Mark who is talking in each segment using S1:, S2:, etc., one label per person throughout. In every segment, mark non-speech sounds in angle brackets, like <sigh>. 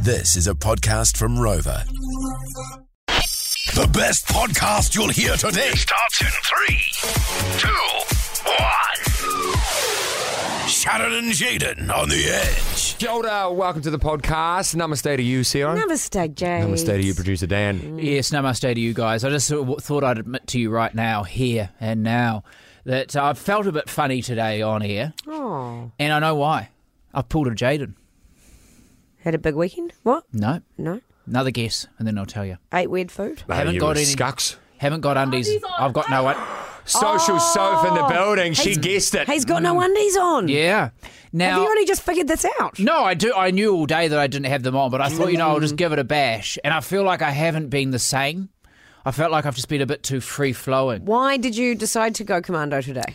S1: This is a podcast from Rover. The best podcast you'll hear today starts in three, two, one. Shannon and Jaden on the edge.
S2: Kia ora, welcome to the podcast. Namaste to you, Sarah.
S3: Namaste, Mm. Jay.
S2: Namaste to you, producer Dan.
S4: Yes, namaste to you guys. I just sort of thought I'd admit to you right now, here and now, that I felt a bit funny today on air,
S3: Oh,
S4: and I know why. I pulled a Jaden.
S3: had a big weekend. What?
S4: No,
S3: No.
S4: another guess, and then I'll tell you.
S3: Ate weird food.
S2: Mate,
S4: Haven't
S2: you
S4: got
S2: were
S4: any-
S2: scucks.
S4: Haven't got undies. I've got no one.
S2: Social
S3: Oh.
S2: sofa in the building. She
S3: He's-
S2: guessed it.
S3: He's got no undies on.
S4: Mm. Yeah.
S3: Have
S4: Now.
S3: you only just figured this out?
S4: no, I do. I knew all day that I didn't have them on, but I thought, you know, I'll just give it a bash. And I feel like I haven't been the same. I felt like I've just been a bit too free flowing,
S3: Why did you decide to go commando today?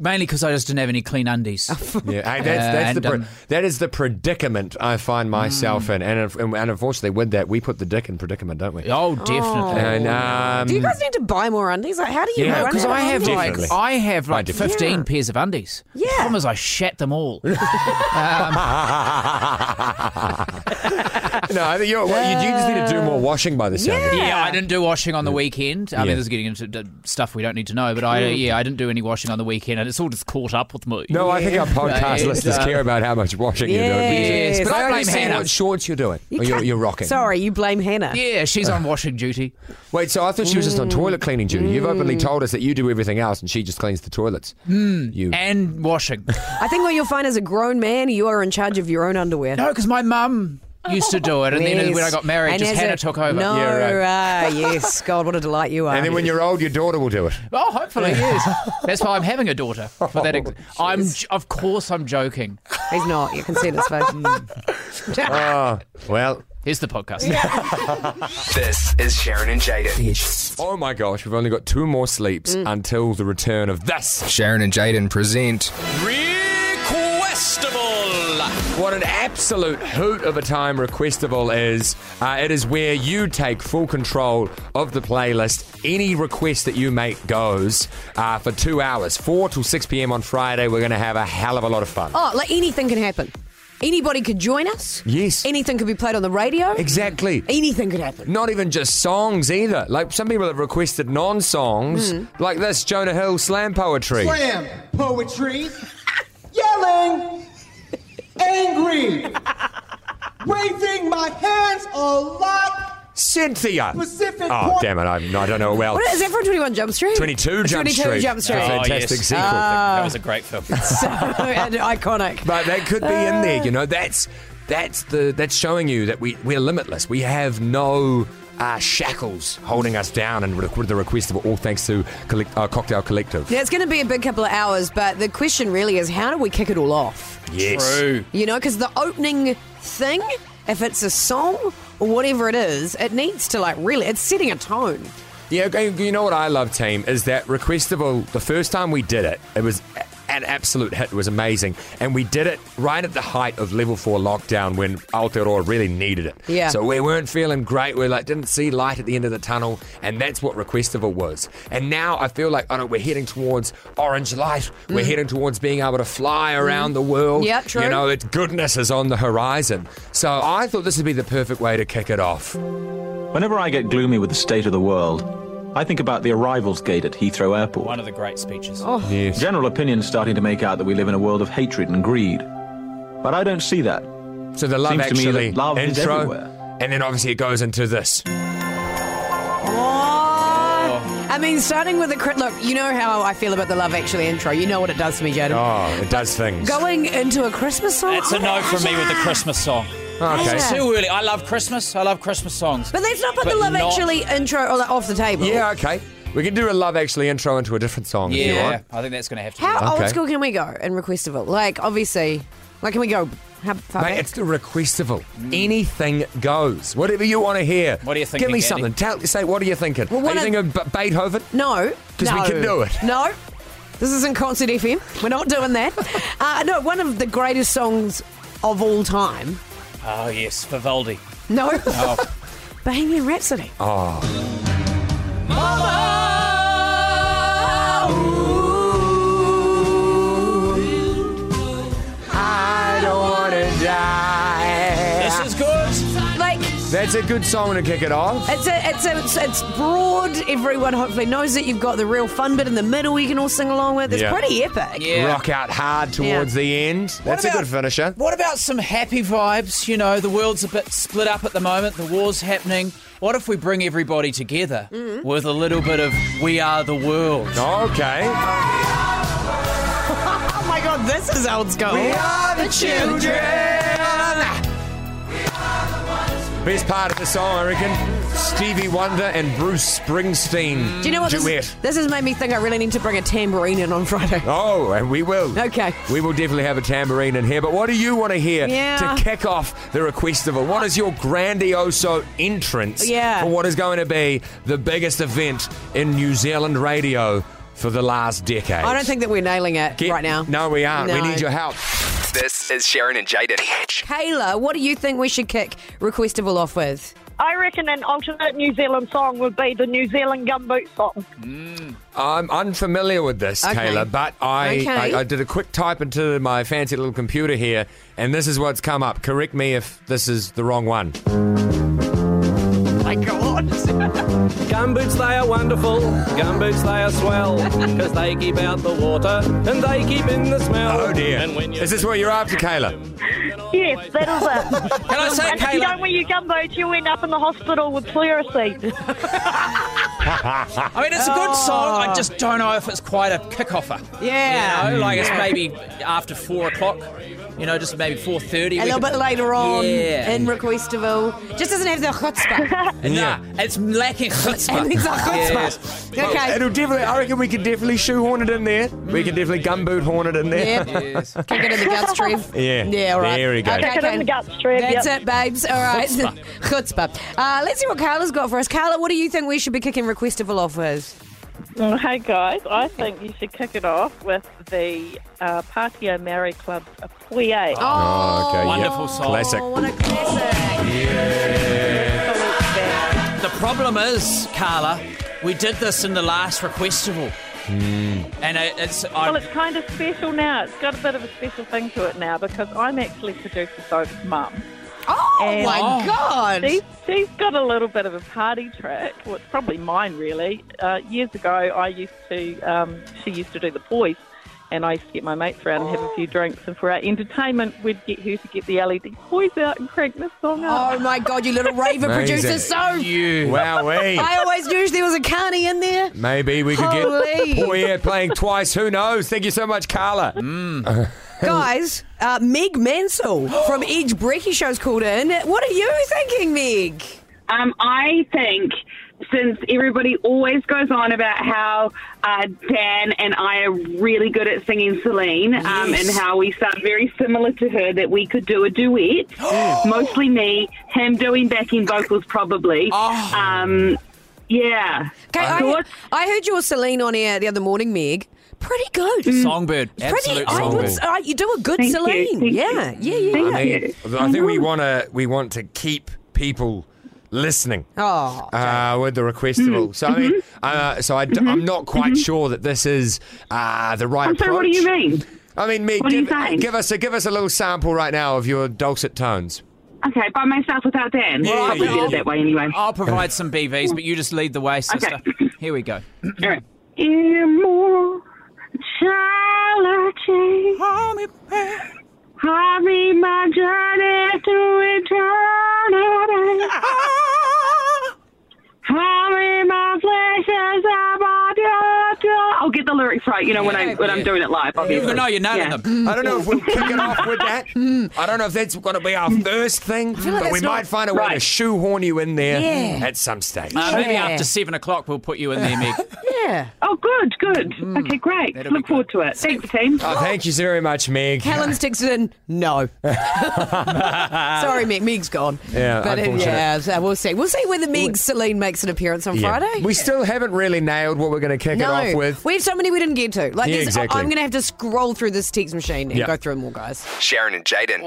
S4: mainly because I just didn't have any clean undies.
S2: Yeah, hey, that's,
S4: Uh,
S2: that's the
S4: and,
S2: pre-
S4: um,
S2: that is the predicament I find myself
S3: Mm.
S2: in, and, if- and unfortunately, with that, we put the dick in predicament, don't we?
S4: Oh, definitely.
S2: And um,
S3: Do you guys need to buy more undies? Like, how do you?
S2: Yeah,
S3: run
S4: Because
S3: out
S4: Mm. I
S3: of
S4: have
S3: undies?
S2: Definitely.
S4: like I have
S2: I
S4: like
S2: did.
S4: fifteen
S3: Yeah.
S4: pairs of undies. The
S3: Yeah.
S4: problem is I shat them <laughs> all.
S2: <laughs> no, I think you're, well, you, you just need to do more washing by the sound. of it.
S4: yeah, I didn't do washing on the weekend. I
S2: Yeah.
S4: mean, this is getting into d- stuff we don't need to know. But I yeah, I didn't do any washing on the weekend, and it's all just caught up with me.
S2: No, I think our podcast
S4: Right.
S2: listeners care about how much washing you're doing.
S3: Yes,
S2: but
S3: I
S2: I only
S4: blame
S2: see
S4: Hannah.
S2: what shorts you're doing. or you're,
S3: can't-
S2: you're rocking.
S3: Sorry, you blame Hannah.
S4: Yeah, she's on washing duty.
S2: Wait, so I thought she was just on toilet cleaning duty. You've openly told us that you do everything else and she just cleans the toilets. You.
S4: and washing.
S3: I think what you'll find as a grown man, you are in charge of your own underwear.
S4: no, because my mum used to do it, and then
S3: Yes.
S4: when I got married,
S3: And
S4: just
S3: as
S4: Hannah
S3: a-
S4: took over.
S3: No,
S2: Yeah,
S3: ah, yes. God, what a delight you are.
S2: and then when you're old, your daughter will do it.
S4: Oh, hopefully yes. That's why I'm having a daughter. For that,
S2: <laughs>
S4: ex-
S2: Oh,
S4: I'm j- of course I'm joking.
S3: he's not, you can see it in his
S4: <laughs>
S3: face.
S4: Mm.
S2: Oh, well.
S4: Here's the podcast.
S5: This is Sharon and Jaden.
S2: Oh my gosh, we've only got two more sleeps until the return of this.
S5: Sharon and Jaden present.
S2: What an absolute hoot of a time requestable is. Uh, it is where you take full control of the playlist. Any request that you make goes uh, for two hours, 4 till 6 p.m. on Friday. We're going to have a hell of a lot of fun.
S3: Oh, like anything can happen. Anybody could join us.
S2: Yes.
S3: Anything could be played on the radio.
S2: Exactly.
S3: Anything could happen.
S2: Not even just songs either. Like some people have requested non songs,
S3: Hmm.
S2: like this Jonah Hill slam poetry.
S6: slam poetry, yelling, angry, waving my hands a lot.
S2: Cynthia.
S6: Pacific
S2: oh,
S6: Point-
S2: damn it. I'm, I don't know. Well,
S3: What is that from 21 Jump Street?
S2: 22 Jump
S3: 22
S2: Street.
S3: Jump Street.
S2: The
S4: Oh,
S2: fantastic
S4: yes.
S2: sequel.
S4: Ah. that was a great film.
S3: <laughs> So and iconic.
S2: But that could be in
S3: Uh.
S2: there, you know. That's that's the that's showing you that we we're limitless. We have no uh, shackles holding us down, and re- the request of all thanks to collect, uh, Cocktail Collective.
S3: Now, it's going to be a big couple of hours, but the question really is how do we kick it all off?
S2: Yes.
S4: True.
S3: You know, because the opening thing, if it's a song or whatever it is, it needs to like really, it's setting a tone.
S2: Yeah, okay, you know what I love, team, is that Requestable, the first time we did it, it was a- an absolute hit. It was amazing. And we did it right at the height of level four lockdown when Aotearoa really needed it.
S3: Yeah.
S2: So we weren't feeling great. We like didn't see light at the end of the tunnel. And that's what Requestable was. And now I feel like, oh no, we're heading towards orange light. We're heading towards being able to fly around the world.
S3: Mm. Yeah,
S2: You
S3: true.
S2: know, it's goodness is on the horizon. So I thought this would be the perfect way to kick it off.
S7: Whenever I get gloomy with the state of the world, I think about the arrivals gate at Heathrow Airport.
S4: of the great speeches.
S7: General opinion starting to make out that we live in a world of hatred and greed. But I don't see that.
S2: So the love
S7: Seems to me
S2: actually
S7: that love is
S2: intro,
S7: everywhere.
S2: and then obviously it goes into this.
S3: Oh. I mean, starting with the crit. Look, you know how I feel about the Love Actually intro. You know what it does to me, Jaden.
S2: Oh, it does things.
S3: Going into a Christmas song?
S4: It's a no from me with the Christmas song.
S2: Oh, okay.
S3: Yeah.
S4: Too early. I love Christmas. I love Christmas songs.
S3: But let's not put
S4: But
S3: the Love
S4: not-
S3: Actually intro all- off the table.
S2: Yeah, okay. We can do a love actually intro into a different song if you
S4: yeah,
S2: want.
S4: I think that's going to have to.
S3: How
S2: Okay.
S3: old school can we go in Requestable? Like, obviously, like, can we go? How far
S2: Mate,
S3: back?
S2: it's the requestable. Anything goes. Whatever you want to hear.
S4: What are you
S2: Give
S4: thinking,
S2: me
S4: Andy?
S2: something. Tell, say, what are you thinking?
S3: Well,
S2: are
S3: what
S2: you
S3: are-
S2: thinking of B- Beethoven?
S3: No.
S2: 'Cause we
S3: no.
S2: can do it.
S3: No. This isn't Concert FM. We're not
S2: <laughs>
S3: doing that. Uh, no, one of the greatest songs of all time.
S4: Oh yes, Vivaldi.
S3: No. <laughs> Bohemian Rhapsody.
S2: Oh, I don't want to die.
S4: This is good.
S2: That's a good song to kick it off.
S3: It's a, it's a, it's, it's broad. Everyone hopefully knows it. You've got the real fun bit in the middle. You can all sing along with. It's
S2: Yeah.
S3: pretty epic.
S4: Yeah.
S2: Rock out hard towards
S3: Yeah.
S2: the end. That's a
S4: about-
S2: good finisher.
S4: What about some happy vibes? You know, the world's a bit split up at the moment, the war's happening. What if we bring everybody together
S3: Mm-hmm.
S4: with a little bit of We Are the World?
S2: Okay.
S3: <laughs> Oh my god, this is old school.
S2: Best part of the song, I reckon. Stevie Wonder and Bruce Springsteen.
S3: Do you know what?
S2: Duet.
S3: This, this has made me think I really need to bring a tambourine in
S2: <laughs>
S3: on Friday.
S2: Oh, and we will.
S3: Okay.
S2: We will definitely have a tambourine in here. But what do you want to hear to
S3: Yeah.
S2: kick off the request of it? What is your grandioso entrance
S3: Oh, Yeah.
S2: for what is going to be the biggest event in New Zealand radio for the last decade?
S3: I don't think that we're nailing it
S2: Get-
S3: right now.
S2: No, we aren't. We
S3: No.
S2: need your help.
S5: This is Sharon and Jaden.
S3: Kayla, what do you think we should kick Requestable off with?
S8: I reckon an alternate New Zealand song would be the New Zealand Gumboot song.
S2: I'm unfamiliar with this,
S3: Okay.
S2: Kayla, but I,
S3: Okay.
S2: I I did a quick type into my fancy little computer here, and this is what's come up. Correct me if this is the wrong one.
S3: My God.
S9: Gumboots, they are wonderful. Gumboots, they are swell. Because they keep out the water and they keep in the smell.
S2: Oh dear!
S9: And when you
S2: Is this what you're after, Kayla?
S8: Yes, that is
S4: <laughs>
S8: it.
S4: Can I say,
S8: and if you don't
S4: Kayla?
S8: wear your gumboots, you'll end up in the hospital with pleurisy.
S4: I mean, it's a good song. I just don't know if it's quite a kick-offer.
S3: Yeah.
S4: You know,
S2: Mm.
S4: like it's maybe after four o'clock. You know, just maybe four thirty.
S3: A little bit later on
S4: Yeah.
S3: in Requestable. Just doesn't have the chutzpah.
S4: Nah, it's lacking chutzpah.
S3: It needs a chutzpah.
S4: Yes.
S3: Okay.
S2: It'll definitely. I reckon we could definitely shoehorn it in there. We could definitely gumboot horn it in there.
S3: Yeah. Kick it in the guts, Trev.
S2: <laughs> Yeah.
S3: Yeah, all right.
S2: There we go.
S3: Okay,
S2: Kick
S8: Get it in
S3: Kayla.
S8: the guts, Trev.
S3: That's
S8: yep.
S3: it, babes. All right. <laughs> Chutzpah. Uh, let's see what Carla's got for us. Carla, what do you think we should be kicking Requestable off with?
S10: Mm, Hey guys, I think you should kick it off with the uh, Patio Mary Club's Apoye.
S2: Oh, okay. yeah.
S4: Wonderful song.
S2: Classic.
S3: Oh, what a classic.
S4: The problem is, Carla, we did this in the last requestival,
S3: Hmm.
S4: and it, it's I,
S10: Well, it's kind of special now. It's got a bit of a special thing to it now because I'm actually producer Soph's mum.
S3: Oh,
S10: And-
S3: my
S4: Oh.
S3: God.
S10: She's, she's got a little bit of a party trick. Well, it's probably mine, really. Uh, years ago, I used to, um, she used to do the boys, and I used to get my mates around and have a few drinks. And for our entertainment, we'd get her to get the LED toys out and crank this song up.
S3: Oh, my God, you little raver
S2: Amazing.
S3: producer. So
S4: you.
S2: Wowee.
S3: <laughs> I always knew there was a carny in there.
S2: Maybe we could get
S3: Holy.
S2: Oh yeah, playing twice. Who knows? Thank you so much, Carla.
S3: Guys, uh, Meg Mansell from Edge Brecky Show's called in. What are you thinking, Meg?
S11: Um, I think since everybody always goes on about how uh, Dan and I are really good at singing Celine um, and how we sound very similar to her, that we could do
S3: <gasps>
S11: a duet.
S3: Oh.
S11: Mostly me, him doing backing vocals probably. Um, yeah.
S3: Oh. Okay, I, I heard your Celine on air the other morning, Meg. Pretty good.
S2: Mm.
S4: Songbird,
S3: Pretty,
S4: absolute
S3: I
S4: songbird.
S3: would, uh, you do a good
S11: Thank you,
S3: Celine.
S11: thank you.
S3: yeah, yeah, yeah, yeah.
S2: I mean,
S11: Yeah.
S2: I think we want to we want to keep people listening.
S3: Oh,
S2: Uh, with the
S11: Mm-hmm.
S2: requestable, so I mean, uh, so I d- I'm not quite sure that this is uh, the right.
S11: I'm sorry, what do you
S2: approach.
S11: mean?
S2: I mean, Meg,
S11: What are you
S2: give, uh,
S11: saying?
S2: give us a give us a little sample right now of your dulcet tones.
S11: Okay, by myself without Dan.
S2: Yeah,
S11: probably
S2: yeah.
S11: did it that way anyway.
S4: I'll provide some BVs, but you just lead the way, sister.
S11: <clears throat>
S4: Here we go.
S11: All right. Immortality. I'll be my journey to eternity. I'll be my pleasures of my daughter. I'll get the lyrics right, you know, when, I, when I'm doing it live. Obviously.
S4: Even though you're nailing
S11: Yeah.
S4: them.
S3: Mm.
S2: I don't know if we'll kick it off with
S3: <laughs>
S2: that. I don't know if that's going to be our first thing,
S3: Mm. like
S2: but we
S3: that's not-
S2: might find a way to
S11: Right.
S2: shoehorn you in there
S3: Yeah. Um,
S2: at some stage.
S4: Uh, maybe
S3: Yeah.
S4: after seven o'clock, we'll put you in there,
S3: <laughs>
S4: Meg.
S3: yeah.
S11: Oh, good, good. okay, great.
S4: that'll be
S11: Look forward to it. Thanks, team.
S2: Oh, thank you very much, Meg.
S3: Helen's texted in,
S2: <laughs>
S3: no. Sorry, Meg. Meg's gone.
S2: Yeah,
S3: but uh,
S2: unfortunate.
S3: yeah, so we'll see. We'll see whether Meg Celine makes an appearance on
S2: Yeah.
S3: Friday.
S2: We still haven't really nailed what we're going to kick
S3: no,
S2: it off with.
S3: we have so many we didn't get to. Like,
S2: Yeah,
S3: there's-
S2: exactly.
S3: I'm going to have to scroll through this text machine and
S2: Yeah.
S3: go through them all, guys.
S5: Sharon and Jaden.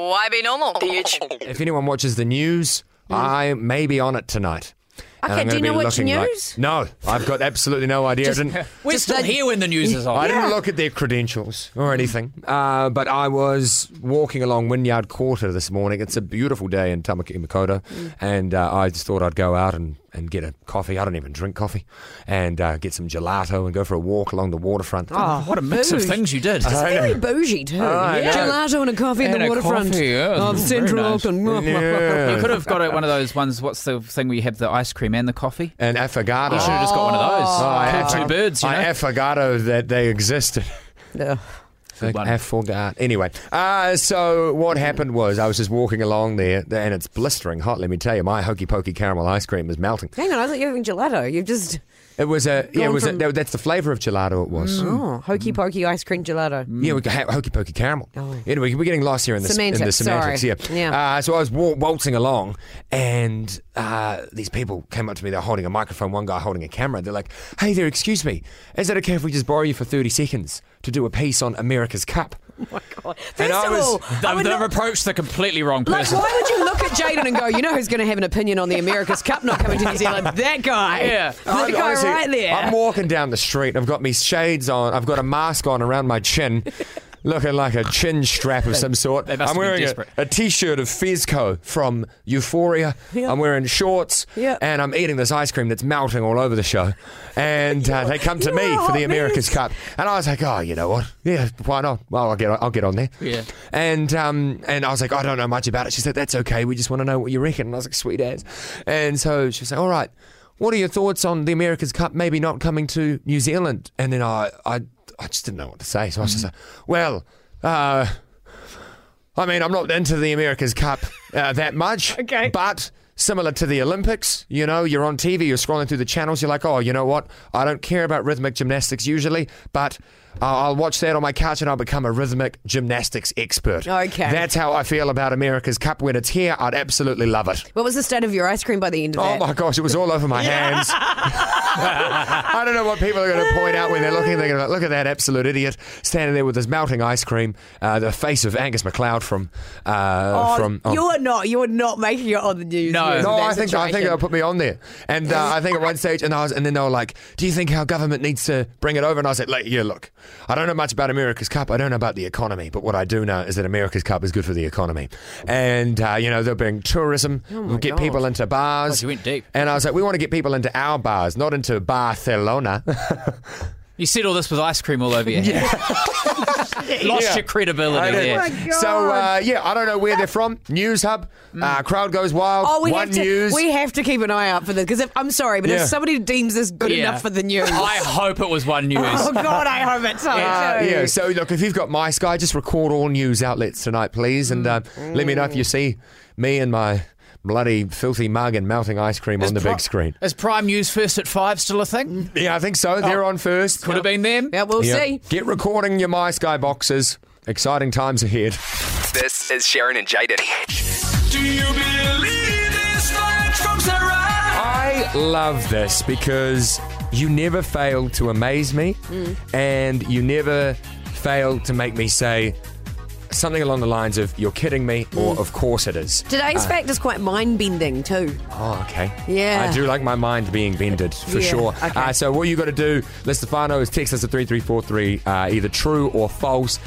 S2: If anyone watches the news, I may be on it tonight. and
S3: Okay,
S2: I'm
S3: do
S2: gonna
S3: you know
S2: be
S3: which
S2: looking like-
S3: news?
S2: no, I've got absolutely no idea. I
S3: <laughs>
S2: didn't.
S4: We're still here when the news is on.
S2: I didn't look at their credentials or anything, uh, but I was walking along Wynyard Quarter this morning. It's a beautiful day in Tamaki Makaurau,
S3: Mm.
S2: and uh, I just thought I'd go out and, and get a coffee. I don't even drink coffee, and uh, get some gelato and go for a walk along the waterfront.
S3: Oh, Uh,
S4: what a mix of
S3: bougie.
S4: things you did.
S3: It's
S2: I
S3: very
S2: know.
S3: bougie too.
S2: I
S3: Yeah.
S2: know.
S3: Gelato and a coffee in
S4: And
S3: the
S4: a
S3: waterfront
S4: coffee, yeah.
S3: of
S4: Very
S3: Central <laughs>
S4: nice.
S3: Auckland.
S2: Yeah.
S4: You could have got it one of those ones. What's the thing where you have the ice cream and the coffee?
S2: And affogato.
S4: You should have just got one of those.
S2: Oh, I
S4: Killed
S2: have-
S4: two birds. You know?
S2: I affogato that they existed.
S3: <laughs> Yeah.
S2: Like, I forgot. Anyway, uh, so what happened was I was just walking along there, and it's blistering hot. Let me tell you, my hokey pokey caramel ice cream is melting.
S3: Hang on, I thought you were having gelato. You've just
S2: It was a yeah, it
S3: Gone
S2: was
S3: from-
S2: a, that- that's the flavour of gelato. It was.
S3: oh hokey pokey ice cream gelato.
S2: Mm. Yeah, we got hokey pokey caramel. Anyway, we're getting lost here in the s- in the
S3: Oh. Semantics, sorry.
S2: semantics. Yeah.
S3: Yeah.
S2: Uh, so I was wa- waltzing along, and uh, these people came up to me. They're holding a microphone. One guy holding a camera. They're like, "Hey there, excuse me. Is it okay if we just borrow you for thirty seconds to do a piece on America's Cup?"
S3: First
S2: I
S3: of
S2: was- <laughs>
S3: all, I
S4: They've,
S3: would
S4: they've
S3: not-
S4: approached the completely wrong
S3: Like,
S4: person.
S3: why would you look at Jaden and go, you know who's going to have an opinion on the America's Cup not coming to New
S2: <laughs>
S3: Zealand? That guy.
S4: Yeah.
S3: That guy
S2: honestly,
S3: right there.
S2: I'm walking down the street. I've got me shades on. I've got a mask on around my
S3: <laughs>
S2: chin, looking like a chin strap of some sort.
S4: they
S2: I'm
S4: must have been
S2: wearing a
S4: desperate.
S2: a t-shirt of Fezco from Euphoria.
S3: Yeah.
S2: I'm wearing shorts,
S3: Yeah.
S2: and I'm eating this ice cream that's melting all over the show. And uh, they come to
S3: <laughs> you're
S2: me
S3: a
S2: for the
S3: hot
S2: America's
S3: mess.
S2: Cup, and I was like, oh, you know what? Yeah, why not? Well, I'll get I'll get on there.
S4: Yeah.
S2: And um, and I was like, I don't know much about it. She said, that's okay. We just want to know what you reckon. And I was like, sweet as. And so she was like, all right. What are your thoughts on the America's Cup maybe not coming to New Zealand? And then I, I, I just didn't know what to say. So I was just like, well, uh, I mean, I'm not into the America's Cup uh, that much.
S3: <laughs> Okay.
S2: But similar to the Olympics, you know, you're on TV, you're scrolling through the channels, you're like, oh, you know what? I don't care about rhythmic gymnastics usually, but I'll I'll watch that on my couch and I'll become a rhythmic gymnastics expert.
S3: Okay.
S2: That's how I feel about America's Cup. When it's here, I'd absolutely love it.
S3: What was the state of your ice cream by the end of
S2: Oh
S3: that?
S2: my gosh, it was all over my hands. <laughs> I don't know what people are going to point out when they're looking. They're going to look at that absolute idiot standing there with his melting ice cream, uh, the face of Angus MacLeod from uh,
S3: Oh,
S2: from. oh.
S3: you are not. You are not making it on the news.
S4: No.
S3: news in
S2: No,
S3: that
S2: I think I think
S3: situation.
S2: they'll put me on there, and uh, I think at one stage, and I was, and then they were like, "Do you think our government needs to bring it over?" And I said, like, "Yeah, look, I don't know much about America's Cup. I don't know about the economy, but what I do know is that America's Cup is good for the economy, and uh, you know they'll bring tourism,
S3: Oh
S2: we'll get people into bars.
S4: God, Oh, you went deep.
S2: and I was like, we want to get people into our bars, not into
S3: <laughs>
S2: Barcelona.
S3: Oh
S2: <laughs>
S4: You said all this with ice cream all over your head. <laughs> Lost
S2: Yeah.
S4: your credibility there.
S2: so uh, yeah, I don't know where they're from. News Hub, uh, crowd goes wild.
S3: Mm. Oh, we
S2: One
S3: have to.
S2: news.
S3: We have to keep an eye out for this because I'm sorry, but
S2: Yeah.
S3: if somebody deems this good
S4: Yeah.
S3: enough for the news,
S4: I hope it was one news.
S3: <laughs> oh God, I hope it's so.
S2: Uh,
S3: too.
S2: yeah, so look, if you've got my Sky, just record all news outlets tonight, please, and uh,
S3: Mm.
S2: let me know if you see me and my bloody filthy mug and melting ice cream on the
S4: Pri-
S2: big
S3: <laughs>
S2: screen.
S4: Is Prime News First at Five still a thing?
S2: Yeah, I think so. They're on first.
S4: Could have been them.
S3: Yeah, Oh. we'll
S2: Yeah.
S3: see.
S2: Get recording your my Sky boxes. Exciting times ahead.
S5: This is Sharon and Jaden.
S2: I love this because you never fail to amaze me
S3: Mm.
S2: and you never fail to make me say something along the lines of, you're kidding me,
S3: Mm.
S2: or of course it is.
S3: Today's fact is quite mind bending too.
S2: Oh, okay.
S3: Yeah.
S2: I do like my mind being bended for
S3: Yeah,
S2: sure.
S3: okay.
S2: Uh, so what you got to do, Listefano, is text us at three three four three, uh, either true or false.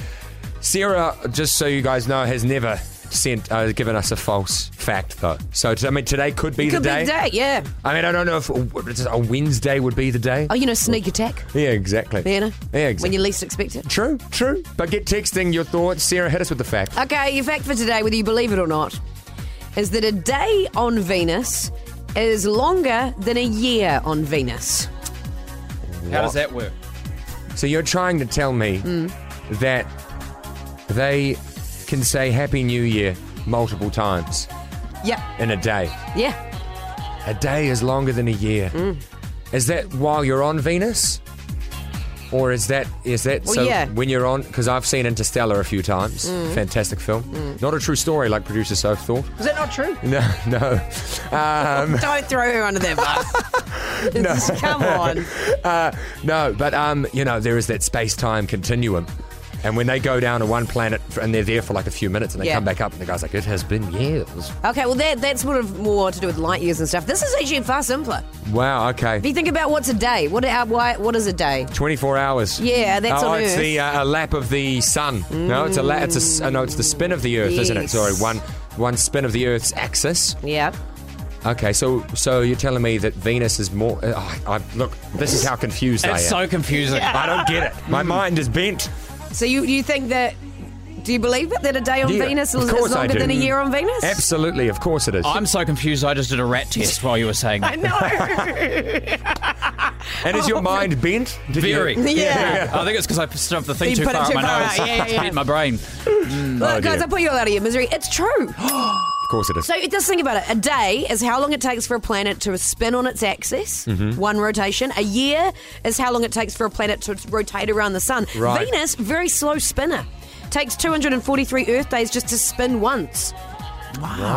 S2: Sarah, just so you guys know, has never sent uh, given us a false fact though. So t- I mean, today could be
S3: Could
S2: the day.
S3: be the day, yeah.
S2: I mean, I don't know if a a Wednesday would be the day.
S3: Oh, you know, sneak attack.
S2: yeah, exactly.
S3: You know,
S2: Yeah, exactly.
S3: when you least expect it.
S2: True, true. But get texting your thoughts. Sarah, hit us with the fact.
S3: Okay, your fact for today, whether you believe it or not, is that a day on Venus is longer than a year on Venus.
S4: How
S2: What?
S4: does that work?
S2: So you're trying to tell me
S3: Hmm.
S2: that they can say Happy New Year multiple times
S3: Yep.
S2: in a day.
S3: Yeah.
S2: A day is longer than a year.
S3: Hmm.
S2: Is that while you're on Venus? Or is that is that
S3: Well,
S2: so
S3: yeah. Hmm.
S2: when you're on? Because I've seen Interstellar a few times. Fantastic film. Not a true story like producer Soph
S3: <laughs>
S2: thought.
S3: Is that not true?
S2: No, no. Um,
S3: Don't throw her under that
S2: <laughs>
S3: bus. <laughs> Come on.
S2: no, but um, you know there is that space time continuum. And when they go down to one planet f- and they're there for like a few minutes and they
S3: Yeah.
S2: come back up and the guy's like, it has been years.
S3: Okay, well, that, that's sort of more to do with light years and stuff. This is actually far simpler.
S2: Wow,
S3: If
S2: okay.
S3: you think about what's a day, what how, why, what is a day?
S2: 24 hours.
S3: Yeah, that's
S2: oh,
S3: on
S2: it's
S3: Earth.
S2: the uh, a lap of the sun. No, it's a lap. It's a s- uh, no, it's the spin of the Earth, isn't it?
S3: Yes.
S2: Sorry, one one spin of the Earth's axis.
S3: Yeah.
S2: Okay, so so you're telling me that Venus is more? Uh, I, I, look, this is how confused I am.
S4: It's so confusing.
S2: I don't get it.
S4: <laughs>
S2: My mind is bent.
S3: So you, you think that, do you believe it, that a day on
S2: Yeah,
S3: Venus
S2: of
S3: is,
S2: course
S3: is
S2: I
S3: longer
S2: do.
S3: than a year on Venus?
S2: Absolutely, of course it is.
S4: I'm so confused. I just did a rat test while you were saying that.
S2: and
S4: <laughs>
S2: is your mind bent? Did you- <laughs>
S4: Very.
S3: Yeah.
S4: I think it's because I stuffed the thing
S3: You
S4: too
S3: put it
S4: far
S3: too
S4: up my
S3: far
S4: nose.
S3: out, yeah, yeah,
S4: <laughs> It's
S3: yeah.
S4: bent my brain.
S3: Look,
S2: Oh,
S3: guys,
S2: dear.
S3: I put you all out of your misery. It's true.
S2: Of course it is.
S3: so just think about it. A day is how long it takes for a planet to spin on its axis,
S2: Mhm.
S3: one rotation. A year is how long it takes for a planet to rotate around the sun.
S2: Right.
S3: Venus, very slow spinner. Takes 243 Earth days just to spin once.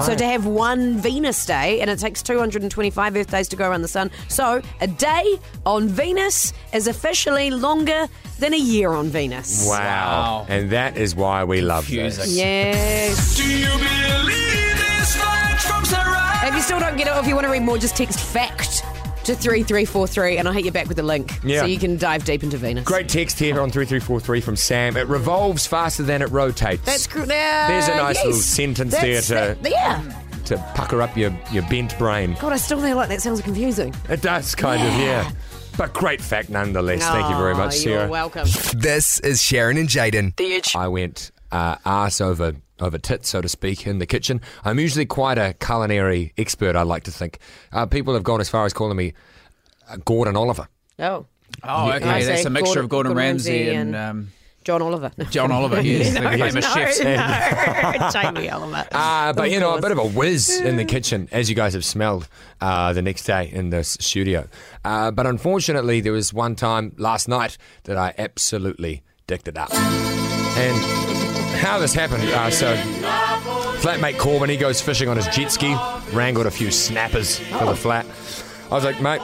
S3: So to have one Venus day, and it takes 225 Earth days to go around the sun. So a day on Venus is officially longer than a year on Venus.
S2: wow. And that is why we love this.
S3: Yes.
S1: Do you believe this fact from Sarah?
S3: If you still don't get it, or if you want to read more, just text fact to 3343 and I'll hit you back with a link
S2: Yeah.
S3: so you can dive deep into Venus.
S2: Great text here on 3343 from Sam. It revolves faster than it rotates.
S3: That's great.
S2: There's a nice little sentence there to,
S3: yeah.
S2: to pucker up your, your bent brain.
S3: God, I still feel like that sounds confusing.
S2: It does, kind of, yeah. But great fact nonetheless. Thank you very much, Sarah.
S3: Ah, welcome.
S5: This is Sharon and Jaden.
S2: I went uh, arse over over tits, so to speak, in the kitchen. I'm usually quite a culinary expert. I like to think uh, people have gone as far as calling me uh, Gordon Oliver.
S3: Oh.
S4: Oh, okay.
S3: I
S4: That's
S3: say
S4: a mixture of Gordon, Ramsay, and, um,
S3: John Oliver.
S4: John Oliver. <laughs> Yes,
S3: no, <laughs>
S4: the famous
S3: no,
S4: chefs.
S3: no, <laughs> Jamie
S2: <laughs>
S3: Oliver.
S2: Uh, but you know, a bit of a whiz in the kitchen, as you guys have smelled uh, the next day in the s- studio. Uh, but unfortunately, there was one time last night that I absolutely dicked it up. And how this happened, uh, so flatmate Corbin, he goes fishing on his jet ski, wrangled a few snappers for the flat. I was like, mate,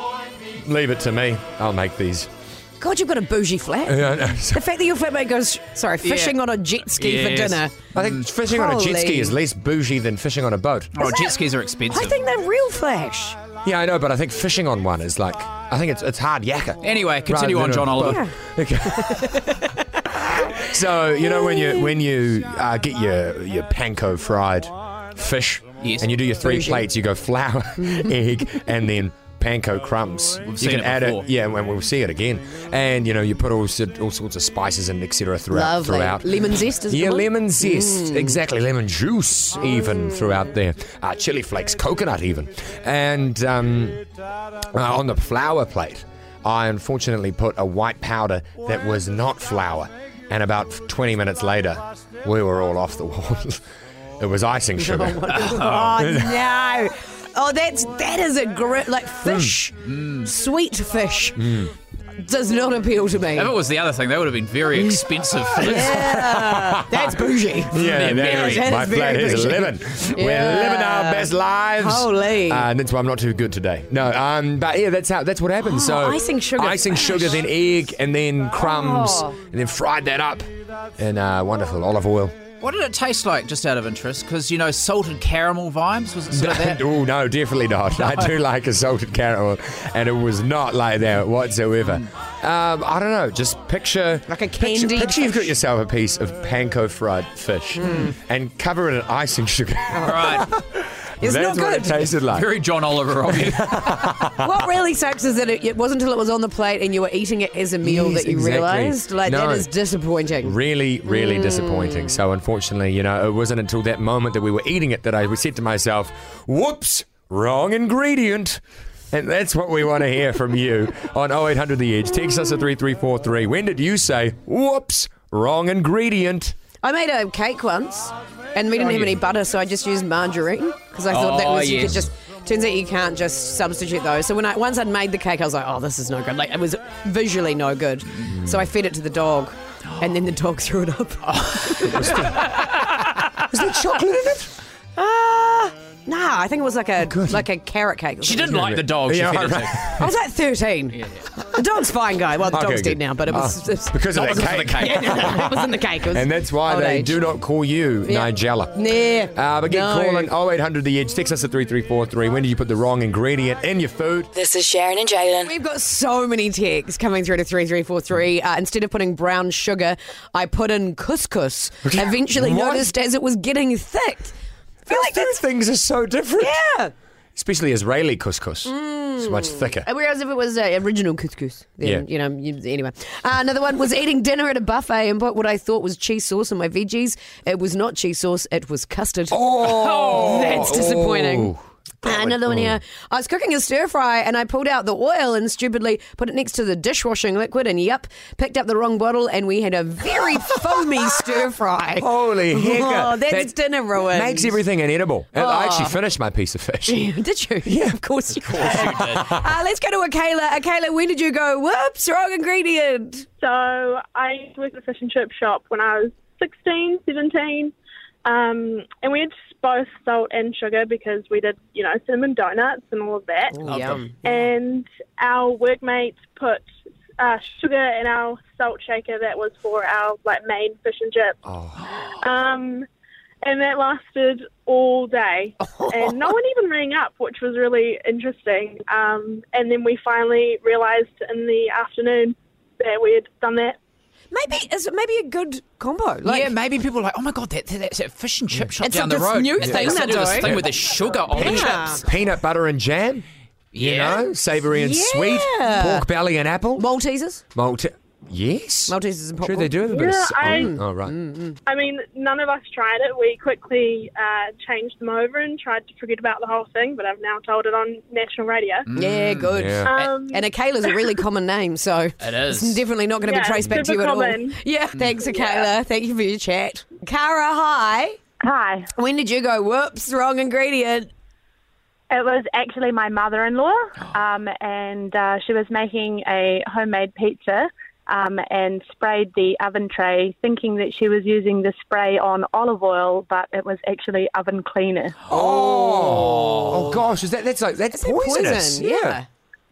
S2: leave it to me. I'll make these. <laughs>
S3: God, you've got a bougie flat.
S2: Yeah, I know.
S3: The fact that your flatmate goes, sorry, fishing on a jet ski for
S2: Yes.
S3: dinner.
S2: I think fishing on a jet ski is less bougie than fishing on a boat.
S4: Oh, jet skis are expensive.
S3: I think they're real flash.
S2: Yeah, I know, but I think fishing on one is like I think it's it's hard yakka.
S4: Anyway, continue
S2: Rather than
S4: on, John
S2: a-
S4: Oliver.
S2: <laughs> So you know when you when you uh, get your your panko fried fish, and you do your three
S4: Bougie.
S2: plates, you go flour, <laughs> egg, and then panko crumbs. you
S4: seen
S2: can
S4: it
S2: add
S4: before.
S2: it, yeah, and we'll see it again. And you know you put all sort- all sorts of spices and etc. throughout
S3: Lovely.
S2: throughout.
S3: Lemon zest is
S2: yeah,
S3: the one? Mm.
S2: lemon zest, exactly. Lemon juice, even throughout there. Uh, chili flakes, coconut, even. And um, uh, on the flour plate, I unfortunately put a white powder that was not flour. And about 20 minutes later, we were all off the wall. <laughs> it was
S3: <laughs>
S2: icing sugar.
S3: Oh
S2: <laughs>
S3: no! Oh, that's that is a grit like
S2: Hmm.
S3: fish, sweet fish does not appeal to me.
S4: If it was the other thing, that would have been very expensive. for this.
S3: Yeah, that's bougie.
S2: <laughs> Yeah, there
S4: They're married.
S2: is.
S3: That
S2: My
S3: is very
S2: flat is
S3: bougie.
S2: 11. We're
S3: Yeah.
S2: living our best lives.
S3: Holy.
S2: Uh, and that's why I'm not too good today. No, um, but yeah, that's how that's what happened. so
S3: Oh, icing sugar
S2: icing
S3: fish.
S2: sugar, then egg, and then crumbs,
S3: Oh.
S2: and then fried that up in uh, wonderful olive oil.
S4: What did it taste like, just out of interest? Because you know, salted caramel vibes was it sort of
S2: <laughs>
S4: that?
S2: oh no, definitely not. I do like a salted caramel, and it was not like that whatsoever. Um, I don't know. Just picture
S3: Like a
S2: picture,
S3: candied
S2: picture you've got
S3: fish. Hmm.
S2: yourself a piece of panko fried fish, and cover it in icing sugar.
S4: <laughs> Right,
S3: Oh,
S2: <laughs>
S3: It's
S2: that's
S3: not
S2: what it
S3: good.
S2: tasted like.
S4: very John Oliver of you.
S2: <laughs>
S3: What really sucks is that it, it wasn't until it was on the plate and you were eating it as a meal
S2: Yes,
S3: that you
S2: exactly.
S3: realised. Like
S2: No.
S3: that is disappointing.
S2: Really, really
S3: Hmm.
S2: disappointing. So, unfortunately, you know, it wasn't until that moment that we were eating it that I said to myself, whoops, wrong ingredient. And that's what we want to hear from
S3: <laughs>
S2: you on 0800 The Edge. Text us at 3343. When did you say, whoops, wrong ingredient?
S3: I made a cake once, and we didn't
S2: Oh,
S3: have any butter, so I just used margarine because I thought that
S4: Oh,
S3: was you
S4: yes.
S3: could just. Turns out you can't just substitute those. So when I once I'd made the cake, I was like, "Oh, this is no good." Like it was visually no good. So I fed it to the dog, and then the dog <laughs> threw
S2: <laughs>
S3: it up.
S2: Was there chocolate in it?
S3: Ah, no, Nah, I think it was like a like a carrot cake. or
S4: She
S3: something.
S4: didn't like the dog. She
S2: Yeah,
S4: fed it
S2: right.
S4: to.
S3: I was like 13. The dog's fine, guy. Well, the
S2: Okay,
S3: dog's
S2: good.
S3: dead now, but it was
S2: Oh,
S3: it's-
S2: because of
S3: it
S2: that
S3: was
S2: cake.
S3: Yeah, <laughs> it was in the cake. It was
S2: And that's why
S3: old
S2: they
S3: age.
S2: do not call you
S3: Yeah.
S2: Nigella.
S3: Yeah.
S2: Uh, but get
S3: No.
S2: calling 0800 The Edge. Text us at 3343. When did you put the wrong ingredient in your food?
S12: This is Sharon and Jaden.
S3: We've got so many texts coming through to 3343. Uh, instead of putting brown sugar, I put in couscous. Eventually
S2: What?
S3: noticed as it was getting thick. I feel like that's.
S2: Things are so different.
S3: Yeah.
S2: Especially Israeli couscous. It's much thicker.
S3: Uh, Whereas if it was uh, original couscous, then,
S2: Yeah.
S3: you know, you, anyway. Uh, another one was eating dinner at a buffet and put what I thought was cheese sauce on my veggies. It was not cheese sauce, it was custard.
S2: Oh,
S3: <laughs> that's disappointing.
S2: Oh.
S3: Uh, another one here. I was cooking a stir fry and I pulled out the oil and stupidly put it next to the dishwashing liquid and yep, picked up the wrong bottle and we had
S2: <laughs>
S3: a very foamy stir fry.
S2: Holy heck.
S3: Oh, that's
S2: That
S3: dinner ruined.
S2: Makes everything inedible. And I actually
S3: Oh.
S2: finished my piece of fish.
S3: <laughs> Did you? Yeah, of course you did.
S2: did.
S3: Uh, let's go to Akela. Akela, when did you go? Whoops, wrong ingredient.
S13: So I worked at a fish and chip shop when I was 16, 17. Um, and we had both salt and sugar because we did, you know, cinnamon donuts and all of that.
S3: Ooh, yum.
S13: And our workmates put uh, sugar in our salt shaker that was for our like main fish and chips. Um, and that lasted all day. and no one even rang up, which was really interesting. Um, and then we finally realised in the afternoon that we had done that.
S3: Maybe is it maybe a good combo?
S4: yeah, maybe people are like, oh my god, that, that, that's a fish and chip shop
S3: It's
S4: down
S3: like
S4: the
S3: this
S4: road.
S3: new
S4: They
S3: thing
S4: used to
S3: they're
S4: do this
S3: doing.
S4: thing with the sugar on the
S3: Yeah.
S4: chips.
S2: Peanut butter and jam. You know, savoury and sweet.
S3: Yeah.
S2: Pork belly and apple.
S3: Maltesers.
S2: Malta. Yes.
S3: Maltesers and
S2: Sure, they
S3: popcorn.
S2: do have a bit of.
S13: Yeah,
S2: sa-
S13: I-
S2: oh, oh, right.
S3: Mm.
S13: I mean, none of us tried it. We quickly uh, changed them over and tried to forget about the whole thing, but I've now told it on national radio.
S3: Yeah, good.
S13: Yeah.
S3: Um, and Akela's a really common name, so it
S13: is.
S3: It's definitely not going to
S13: Yeah,
S3: be traced back to you
S13: super
S3: at all.
S13: common.
S3: <laughs> Yeah, thanks, Akela. Thank you for your chat. Cara, hi.
S14: Hi.
S3: When did you go? Whoops, wrong ingredient.
S14: It was actually my mother in law, um, and uh, she was making a homemade pizza um, and sprayed the oven tray, thinking that she was using the spray on olive oil, but it was actually oven cleaner.
S2: Oh, gosh, is that that's like that's poisonous?
S14: poison, yeah.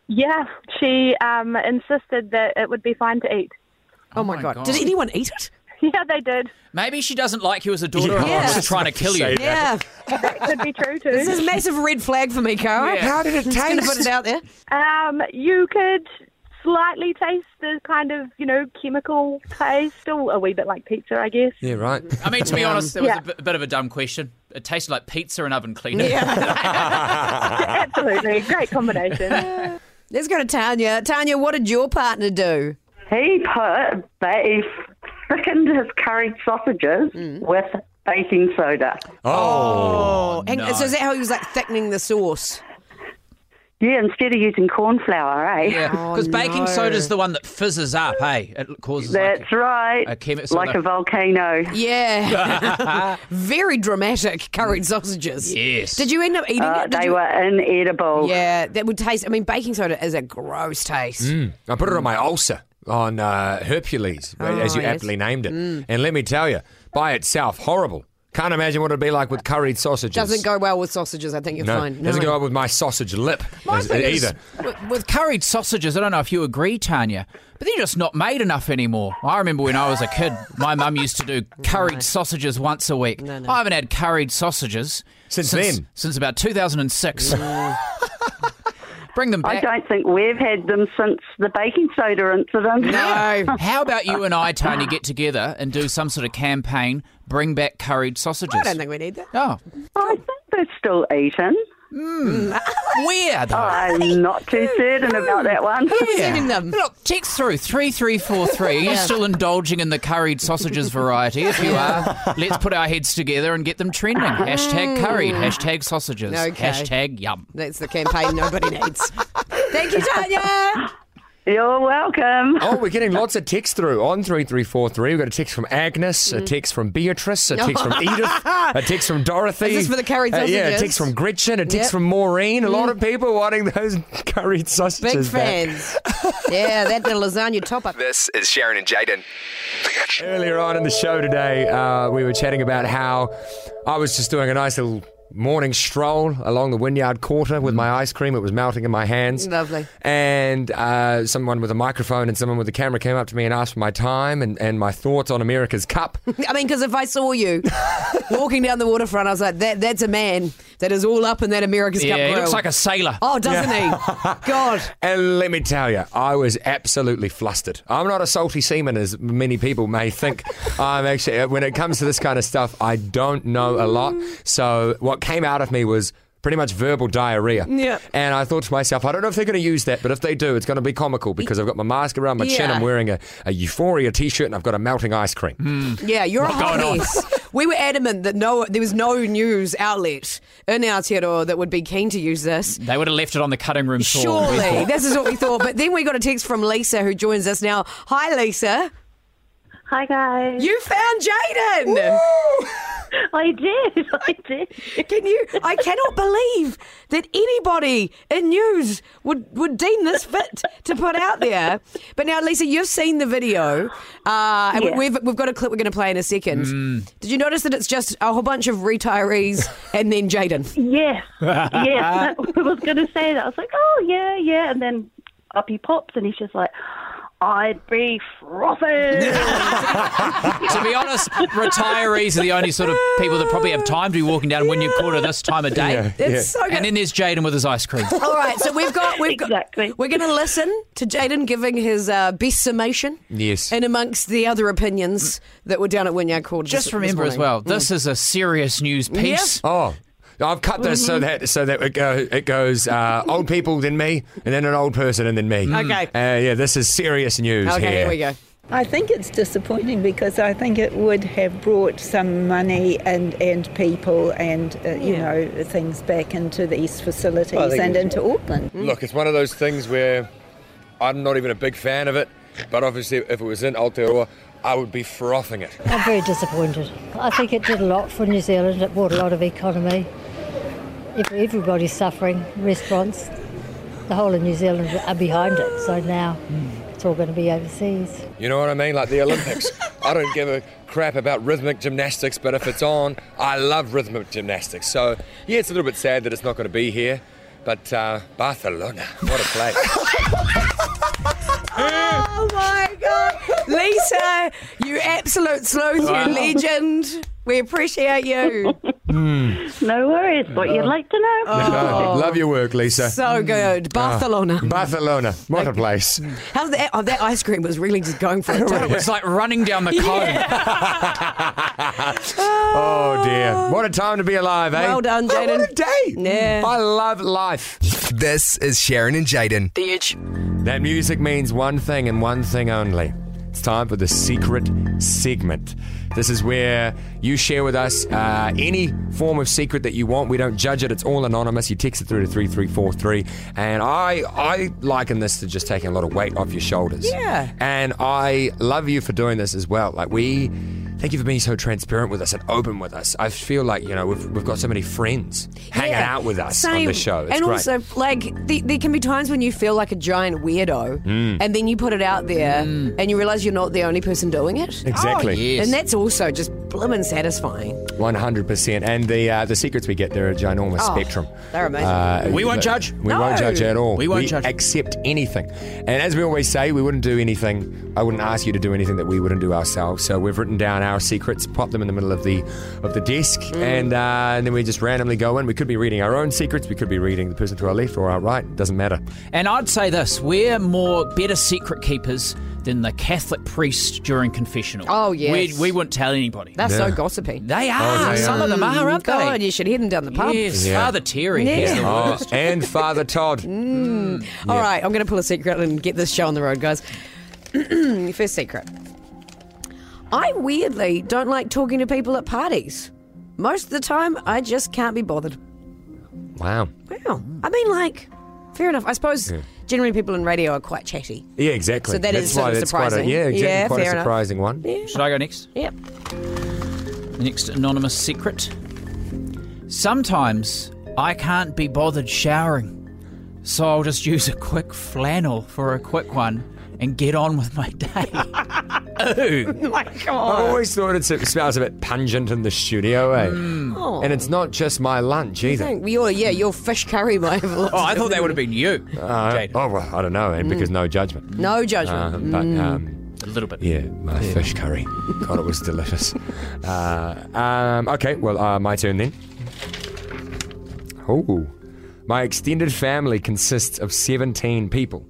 S14: Yeah, she um, insisted that it would be fine to eat. <laughs>
S3: Oh, my,
S4: God.
S3: Did anyone eat it?
S14: Yeah, they did.
S4: Maybe she doesn't like you as a daughter and
S3: Yeah.
S4: was
S3: <laughs>
S4: just trying to kill you.
S3: Yeah.
S14: that could be true too.
S3: This is a massive red flag for me, Cara.
S4: Yeah. How did it
S3: I'm just gonna
S14: taste?
S3: put it out there.
S14: Um, you could slightly taste the kind of you know chemical taste, still a wee bit like pizza, I guess.
S2: Yeah, right.
S4: I mean, to be honest, that was
S14: Yeah.
S4: a, bit, a bit of a dumb question. It tasted like pizza and oven cleaner.
S14: <laughs> Absolutely, great combination.
S3: Let's go to Tanya. Tanya, what did your partner do?
S15: He put beef, thickened his curried sausages <laughs> with baking soda.
S3: Oh, and
S15: no.
S3: so is that how he was like thickening the sauce?
S15: Yeah, instead of using corn flour, eh?
S4: Yeah, because baking soda's the one that fizzes up, hey? It causes like,
S15: That's right.
S4: a chemi- so
S15: like
S4: the-
S15: a volcano.
S2: <laughs>
S3: Yeah. Very dramatic curried sausages. Yes. Did you end up eating
S15: Uh,
S3: it? Did
S15: they
S3: you-
S15: were inedible.
S3: Yeah, that would taste. I mean, baking soda is a gross taste.
S2: Mm. I put it on my ulcer on uh, Hercules, as you
S3: Oh, yes.
S2: aptly named it.
S3: Mm.
S2: And let me tell you, by itself, horrible. Can't imagine what it'd be like with curried sausages.
S3: Doesn't go well with sausages. I think you're
S2: no,
S3: fine.
S2: doesn't go up with my sausage
S3: <laughs>
S2: lip as-
S4: thing is,
S2: either.
S4: with, with curried sausages, I don't know if you agree, Tanya, but they're just not made enough anymore. I remember when I was a kid, my mum used
S15: <laughs>
S4: to do curried sausages once a week. I haven't had curried sausages
S2: Since then?
S4: Since about 2006. <laughs> Bring them
S15: I
S4: back.
S15: don't think we've had them since the baking soda incident.
S4: No. How about you and I, Tony, get together and do some sort of campaign, bring back curried
S2: <laughs>
S4: sausages?
S3: I don't think we need that.
S4: Oh.
S15: <laughs> I think they're still eaten.
S4: Where though?
S15: Oh, I'm not too certain about that one.
S4: Look, text through 3343. Are you
S15: Yeah.
S4: still indulging in the curried sausages variety? If you are, let's put our heads together and get them trending. Hashtag curried, hashtag sausages,
S3: Mm. Okay.
S4: hashtag yum.
S3: That's the campaign nobody needs. Thank you,
S2: <laughs>
S3: Tanya.
S15: You're welcome.
S2: Oh, we're getting lots of texts through on 3343. We've got a text from Agnes,
S3: Mm.
S2: a text from Beatrice, a text
S3: <laughs>
S2: from Edith, a text from Dorothy.
S3: Is this for the curried
S2: Uh, yeah, a
S3: sausages?
S2: text from Gretchen, a text
S3: Yep.
S2: from Maureen. A lot
S3: Mm.
S2: of people wanting those <laughs> curried sausages.
S3: Big
S2: back.
S3: fans. yeah, that little lasagna top up.
S5: This is Sharon and Jaden.
S2: Earlier on in the show today, uh, we were chatting about how I was just doing a nice little morning stroll along the Wynyard Quarter with my ice cream. It was melting in my hands.
S3: Lovely.
S2: And uh, someone with a microphone and someone with a camera came up to me and asked for my time and, and my thoughts on America's Cup.
S3: I mean, because if I saw you walking down the waterfront, I was like, that, that's a man that is all up in that America's Cup
S4: Yeah, he
S3: grill.
S4: looks like a sailor.
S3: Oh, doesn't he? God.
S2: And let me tell you, I was absolutely flustered. I'm not a salty seaman, as many people may
S3: <laughs>
S2: think. I'm actually, uh, when it comes to this kind of stuff, I don't know a lot.
S3: Mm.
S2: So what came out of me was pretty much verbal diarrhea.
S3: Yeah.
S2: And I thought to myself, I don't know if they're going to use that, but if they do, it's going to be comical because I've got my mask around my chin.
S3: Yeah. Mm-hmm.
S2: I'm wearing a, a Euphoria t-shirt and I've got a melting ice cream.
S3: Yeah, you're
S2: What
S3: a hot
S2: going on?
S3: mess. we were adamant that no, there was no news outlet in Aotearoa that would be keen to use this.
S4: They would have left it on the cutting room floor. we
S3: Surely,
S4: thought.
S3: this is what we thought. But then we got a text from Lisa who joins us now. Hi, Lisa.
S12: Hi, guys.
S3: You found Jaden.
S12: <laughs> I did. I did.
S3: Can you? I cannot believe that anybody in news would, would deem this fit to put out there. But now, Lisa, you've seen the video, uh, and
S12: Yeah.
S3: we've we've got a clip we're going to play in a second. Did you notice that it's just a whole bunch of retirees and then Jaden?
S12: Yes.
S15: <laughs>
S12: yes. I was going to say that. I was like, oh, yeah, yeah. And then up he pops, and he's just like, I'd be frothing.
S15: <laughs>
S4: to be honest, retirees are the only sort of people that probably have time to be walking down Wynyard Quarter this time of day.
S3: It's yeah. so good.
S4: And then there's Jaden with his ice cream.
S3: All right, so we've got we've got we're going to listen to Jaden giving his uh, best summation.
S2: Yes.
S3: and amongst the other opinions that were down at Wynyard Quarter. this-
S4: Just
S3: this
S4: remember
S3: morning.
S4: as well, this is a serious news piece.
S2: Oh. I've cut this so
S4: Mhm.
S3: Mm-hmm.
S2: that so that it, go, it goes uh, old people then me and then an old person and then me.
S3: Mm.
S16: Okay.
S2: Uh, yeah, this is serious news here.
S3: go.
S16: I think it's disappointing because I think it would have brought some money and, and people and, uh, you know, things back into these facilities
S2: I think
S16: and
S2: it's-
S16: into Auckland.
S3: Mm.
S2: Look, it's one of those things where I'm not even a big fan of it, but obviously if it was in Aotearoa, I would be frothing it.
S17: I'm very disappointed. I think it did a lot for New Zealand. It brought a lot of economy. Ev- Everybody's suffering. Restaurants, the whole of New Zealand are behind it. So now it's all going to be overseas.
S2: You know what I mean? Like the
S3: <laughs>
S2: Olympics. I don't give a crap about rhythmic gymnastics, but if it's on, I love rhythmic gymnastics. So yeah, it's a little bit sad that it's not going to be here, but uh, Barcelona, what a
S3: <laughs>
S2: place.
S3: Oh my God, Lisa,
S2: <laughs>
S3: you absolute sleuth,
S2: Wow.
S3: you legend. We appreciate you.
S12: no worries. What you'd like to know?
S15: Uh,
S2: No, love your work, Lisa.
S3: Oh. So good. Barcelona.
S2: Mm. Ah, Barcelona. What a place.
S3: How's that? Oh, that ice cream was really just going for it.
S4: It
S3: too.
S4: was like running
S3: <laughs>
S4: down the cone.
S2: oh, dear. What a time to be alive, eh?
S3: Well done, Jaden.
S2: What a day.
S3: Yeah.
S2: I love life.
S5: This is Sharon and Jaden.
S3: The itch.
S2: That music means one thing and one thing only. It's time for the secret segment. This is where you share with us uh, any form of secret that you want. We don't judge it. It's all anonymous. You text it through to 3343. And I, I liken this to just taking a lot of weight off your shoulders.
S1: Yeah.
S2: And I love you for doing this as well. Like, we thank you for being so transparent with us and open with us. I feel like, you know, we've, we've got so many friends hanging
S3: Yeah.
S2: out with us on
S3: Same.
S2: the show. It's
S3: and
S2: great.
S3: also, like, the, there can be times when you feel like a giant weirdo,
S2: Mm.
S3: and then you put it out there, and you realize you're not the only person doing it.
S2: Exactly. Oh, yes.
S3: And that's also just blimmin' satisfying.
S2: One hundred percent, and the uh, the secrets we get there are a ginormous
S3: Oh,
S2: spectrum. Uh,
S3: they're amazing.
S4: We won't
S2: but
S4: judge.
S2: We
S4: No.
S2: won't judge at all.
S4: We won't judge.
S2: Accept anything, and as we always say, we wouldn't do anything. I wouldn't ask you to do anything that we wouldn't do ourselves. So we've written down our secrets, pop them in the middle of the of the desk,
S3: Mm.
S2: and, uh, and then we just randomly go in. We could be reading our own secrets. We could be reading the person to our left or our right. Doesn't matter.
S4: And I'd say this we're more better secret keepers than the Catholic priest during confessional.
S3: Oh, yes.
S4: We'd, we wouldn't tell anybody.
S3: They're so gossipy. Mm,
S4: They are. Oh, they Some are. of them are, aren't they?
S3: God, you should hear them down the pub.
S4: Yes,
S2: Yeah.
S4: Father Terry.
S3: Yeah.
S4: he's the
S2: Oh,
S4: worst.
S2: and Father Todd.
S3: <laughs> Mm. All right, I'm going to pull a secret and get this show on the road, guys. <clears throat> First secret. I weirdly don't like talking to people at parties. Most of the time, I just can't be bothered.
S2: Wow.
S3: Wow. I mean, like, fair enough. I suppose generally people in radio are quite chatty.
S2: Yeah, exactly.
S3: So that
S2: that's
S3: is
S2: why
S3: sort of
S2: that's quite a
S3: surprising.
S2: yeah, exactly,
S3: Yeah,
S2: quite a
S3: fair enough.
S2: surprising one.
S4: Should I go next?
S3: Yep. <laughs>
S4: The next anonymous secret. Sometimes I can't be bothered showering, so I'll just use a quick flannel for a quick one and get on with my <laughs> day. Ooh.
S2: I always thought it smells a bit pungent in the studio, eh?
S3: Oh.
S2: And it's not just my lunch
S3: You
S2: either.
S3: think? Well, yeah, your fish curry <laughs> might have.
S4: Oh, I thought that would have been <laughs> you.
S2: Uh, oh, well, I don't know, eh, because no judgment.
S3: No judgment.
S2: Uh, but,
S3: Mm.
S2: um,
S4: a little bit.
S2: Yeah, my fish curry. God, it was delicious. Uh, um, okay, well, uh, my turn then. Oh, my extended family consists of 17 people.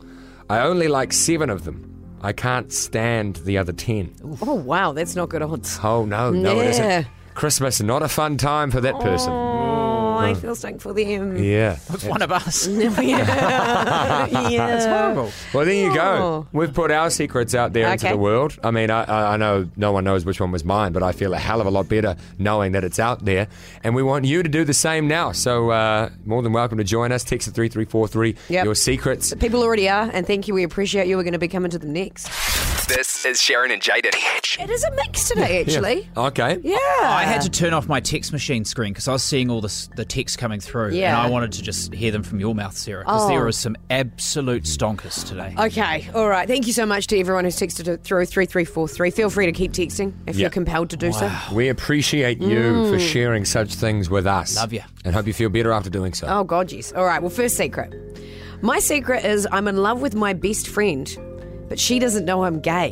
S2: I only like seven of them. I can't stand the other 10.
S3: Oh wow, that's not good odds.
S2: Oh, no, no, it
S3: Yeah.
S2: isn't. Christmas, not a fun time for that person.
S3: Oh, I
S2: Uh,
S3: feel something for them.
S2: Yeah.
S4: It's one of us. <laughs>
S2: <laughs>
S3: yeah. <laughs> yeah.
S4: That's horrible.
S2: Well, there you
S3: Oh.
S2: go. We've put our secrets out there into
S3: Okay.
S2: the world. I mean, I- I, I know no one knows which one was mine, but I feel a hell of a lot better knowing that it's out there. And we want you to do the same now. So, uh, more than welcome to join us. Text at 3343
S3: Yep.
S2: your secrets.
S3: People already are, and thank you. We appreciate you. We're going to be coming to them next.
S5: This is Sharon and Jaden.
S3: It is a mix today, actually.
S2: Okay.
S3: Yeah.
S4: Oh, I
S3: Uh,
S4: had to turn off my text machine screen because I was seeing all this, the text coming through,
S3: Yeah.
S4: and I wanted to just hear them from your mouth, Sarah, because
S3: Oh.
S4: there was some absolute stonkers today.
S3: Okay, all right. Thank you so much to everyone who's texted it through 3343. Feel free to keep texting if
S2: Yeah.
S3: you're compelled to do so.
S2: We appreciate you for
S3: Mm.
S2: sharing such things with us.
S3: Love you.
S2: And hope you feel better after doing so.
S3: Oh, God, yes. All right, well, first secret. My secret is I'm in love with my best friend, but she doesn't know I'm gay.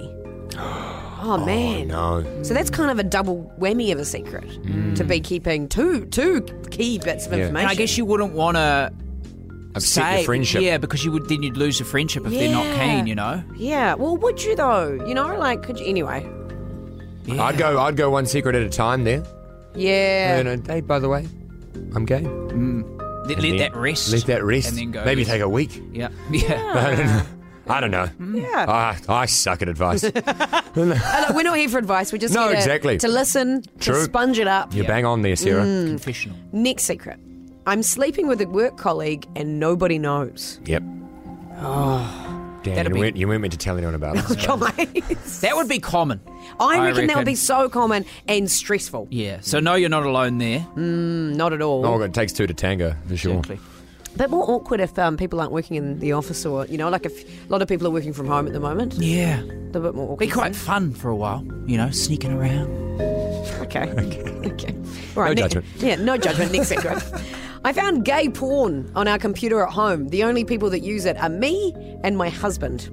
S3: Oh, man.
S2: No.
S3: So that's kind of a double whammy of a secret to be keeping two two key bits of
S4: Yeah.
S3: information.
S4: And I guess you wouldn't want to
S2: Upset your friendship.
S4: Yeah, because you would then you'd lose your friendship if they're not
S3: Yeah.
S4: keen, you know.
S3: Yeah. Well, would you though? You know, like, could you anyway?
S2: I'd go. I'd go one secret at a time there.
S3: Yeah.
S2: And, uh, hey, by the way, I'm gay.
S4: Let,
S2: And
S4: let
S2: then-
S4: that rest.
S2: Let that rest.
S4: And then go.
S2: Maybe take a week.
S4: Yeah. <laughs> Yeah.
S2: I don't know. <laughs> I don't know.
S3: Yeah.
S2: I, I suck at advice.
S3: Oh, look, we're not here for advice. We're just
S2: No,
S3: here to,
S2: exactly.
S3: to listen, to
S2: True.
S3: sponge it up.
S2: You bang on there, Sarah.
S3: Mm.
S4: Confessional.
S3: Next secret. I'm sleeping with a work colleague and nobody knows. <laughs>
S2: Yep. Oh. Damn, you,
S4: That'd be-
S2: weren't, you weren't meant to tell anyone about
S3: <laughs>
S2: it.
S3: Mm.
S4: That would be common.
S3: I,
S4: I
S3: reckon, that would
S4: reckon.
S3: be so common and stressful.
S4: Yeah. So no, you're not alone there.
S3: Mm, not at all.
S2: oh, it takes two to tango, for sure.
S3: But more awkward if um, people aren't working in the office or, you know, like if a lot of people are working from home at the moment.
S4: Yeah.
S3: They're a bit more awkward.
S4: Be quite fun for a while, you know, sneaking around.
S3: <laughs>
S4: <laughs>
S3: Okay. okay.
S4: No
S3: ne-
S4: judgment.
S3: yeah, no judgment. Next
S4: <laughs>
S3: secret. I found gay porn on our computer at home. The only people that use it are me and my husband.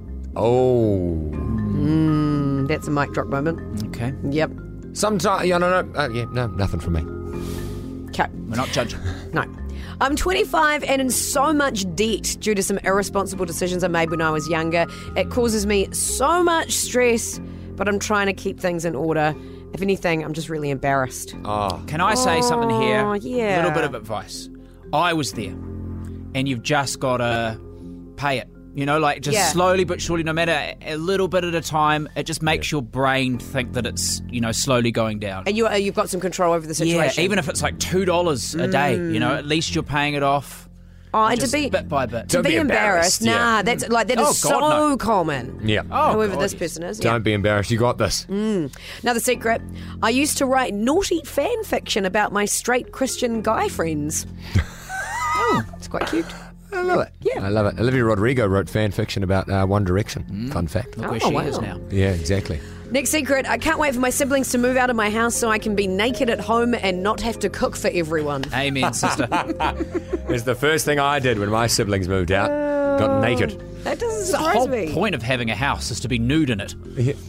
S2: Oh.
S3: Mm, that's a mic drop moment.
S4: Okay.
S3: Yep.
S2: Sometimes, yeah, no, no, uh, yeah, no, nothing from me.
S3: Okay.
S4: We're not judging.
S3: No. I'm 25 and in so much debt due to some irresponsible decisions I made when I was younger. It causes me so much stress, but I'm trying to keep things in order. If anything, I'm just really embarrassed.
S2: Oh.
S4: Can I say something here?
S3: Oh, yeah.
S4: A little bit of advice. I was there, and you've just got to pay it. You know, like just
S3: Yeah.
S4: slowly but surely, no matter a little bit at a time, it just makes your brain think that it's, you know, slowly going down.
S3: And you, uh, you've got some control over the situation.
S4: Yeah, even if it's like $2 a day, you know, at least you're paying it off.
S3: Oh, and
S4: just
S3: to be
S4: bit by bit.
S3: to be, embarrassed, nah, that's like that is
S4: Oh,
S3: so
S4: God, no.
S3: common.
S2: Yeah.
S3: However, this person is. yeah.
S2: Don't be embarrassed. You got this.
S3: Oh. Mm. Another secret. I used to write naughty fan fiction about my straight Christian guy
S4: <laughs>
S3: friends. oh, it's quite cute.
S2: I love it. Yeah. I love it. Olivia Rodrigo wrote fan fiction about uh, One Direction. Fun fact.
S3: Look where Oh, she is wow. now.
S2: Yeah, exactly.
S3: Next secret. I can't wait for my siblings to move out of my house so I can be naked at home and not have to cook for everyone. <laughs>
S4: Amen, sister.
S2: It's the first thing I did when my siblings moved out. Got naked.
S3: That doesn't
S4: The whole
S3: surprise me.
S4: point of having a house is to be nude in it.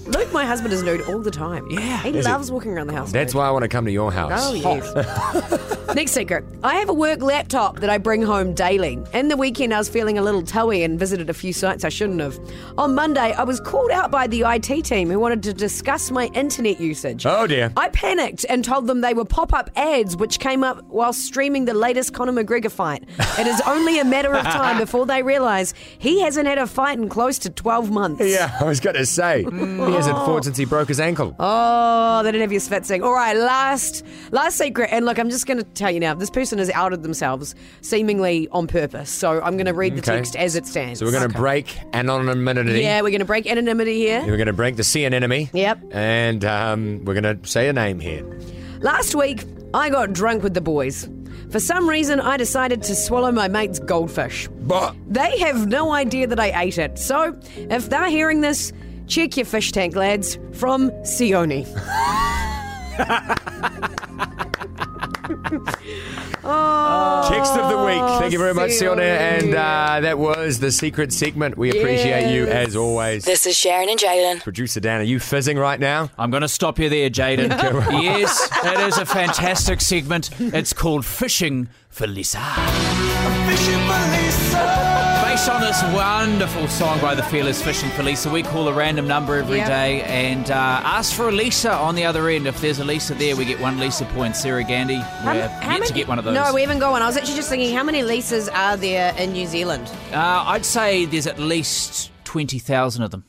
S3: Luke, my husband, is nude all the time. Yeah. He
S2: Is he?
S3: loves walking around the house.
S2: That's
S3: nude.
S2: why I want to come to your house.
S3: Oh, yes. <laughs> Next secret. I have a work laptop that I bring home daily. In the weekend, I was feeling a little toey and visited a few sites I shouldn't have. On Monday, I was called out by the IT team who wanted to discuss my internet usage.
S2: Oh, dear.
S3: I panicked and told them they were pop up ads which came up while streaming the latest Conor McGregor fight. It is only a matter
S2: <laughs>
S3: of time before they realise he hasn't had a fight in close to 12 months.
S2: Yeah, I was going to say. He hasn't fought since he broke his ankle.
S3: Mm. Oh, they didn't have your schwitzing. All right, last last secret. And look, I'm just going to tell you now. This person has outed themselves, seemingly on purpose. So I'm going to read the
S2: Okay.
S3: text as it stands.
S2: So we're going to break anonymity.
S3: Yeah, we're going to break anonymity here.
S2: We're going to break the sea anemone.
S3: Yep.
S2: And um, we're going to say a name here.
S3: Last week, I got drunk with the boys. For some reason, I decided to swallow my mate's goldfish.
S2: But
S3: They have no idea that I ate it. So, if they're hearing this, check your fish tank, lads. From <laughs> Sione. oh,
S2: Text of the week. Thank you very much, Sione. And uh, that was the secret segment. We appreciate you
S18: Yes.
S2: as always.
S18: This is Sharon and Jalen.
S2: Producer Dan, are you fizzing right now?
S4: I'm going to stop you there,
S2: <laughs>
S4: Jaden. yes, it is a fantastic segment. It's called Fishing for Lisa. Based on this wonderful song by the Fearless Fishing for Lisa, we call a random number every day
S19: Yep.
S4: and uh, ask for a Lisa on the other end. If there's a Lisa there, we get one Lisa point. Sarah Gandy, we have yet to get one of those.
S3: No, we haven't got one. I was actually just thinking, how many Lisas are there in New Zealand?
S4: uh, I'd say there's at least 20,000 of them.